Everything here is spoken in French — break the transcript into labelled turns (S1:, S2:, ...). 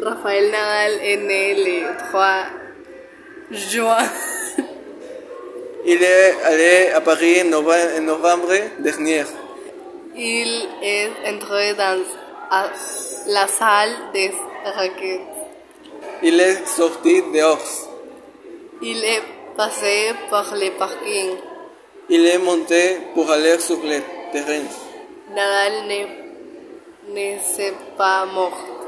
S1: Raphaël Nadal eh, est né le 3 juin.
S2: Il est allé à Paris en nove- en novembre dernier.
S1: Il est entré dans à- la salle des raquettes.
S2: Il est sorti dehors.
S1: Il est passé par le parking.
S2: Il est monté pour aller sur le terrain.
S1: Nadal n'est- ne s'est pas mort.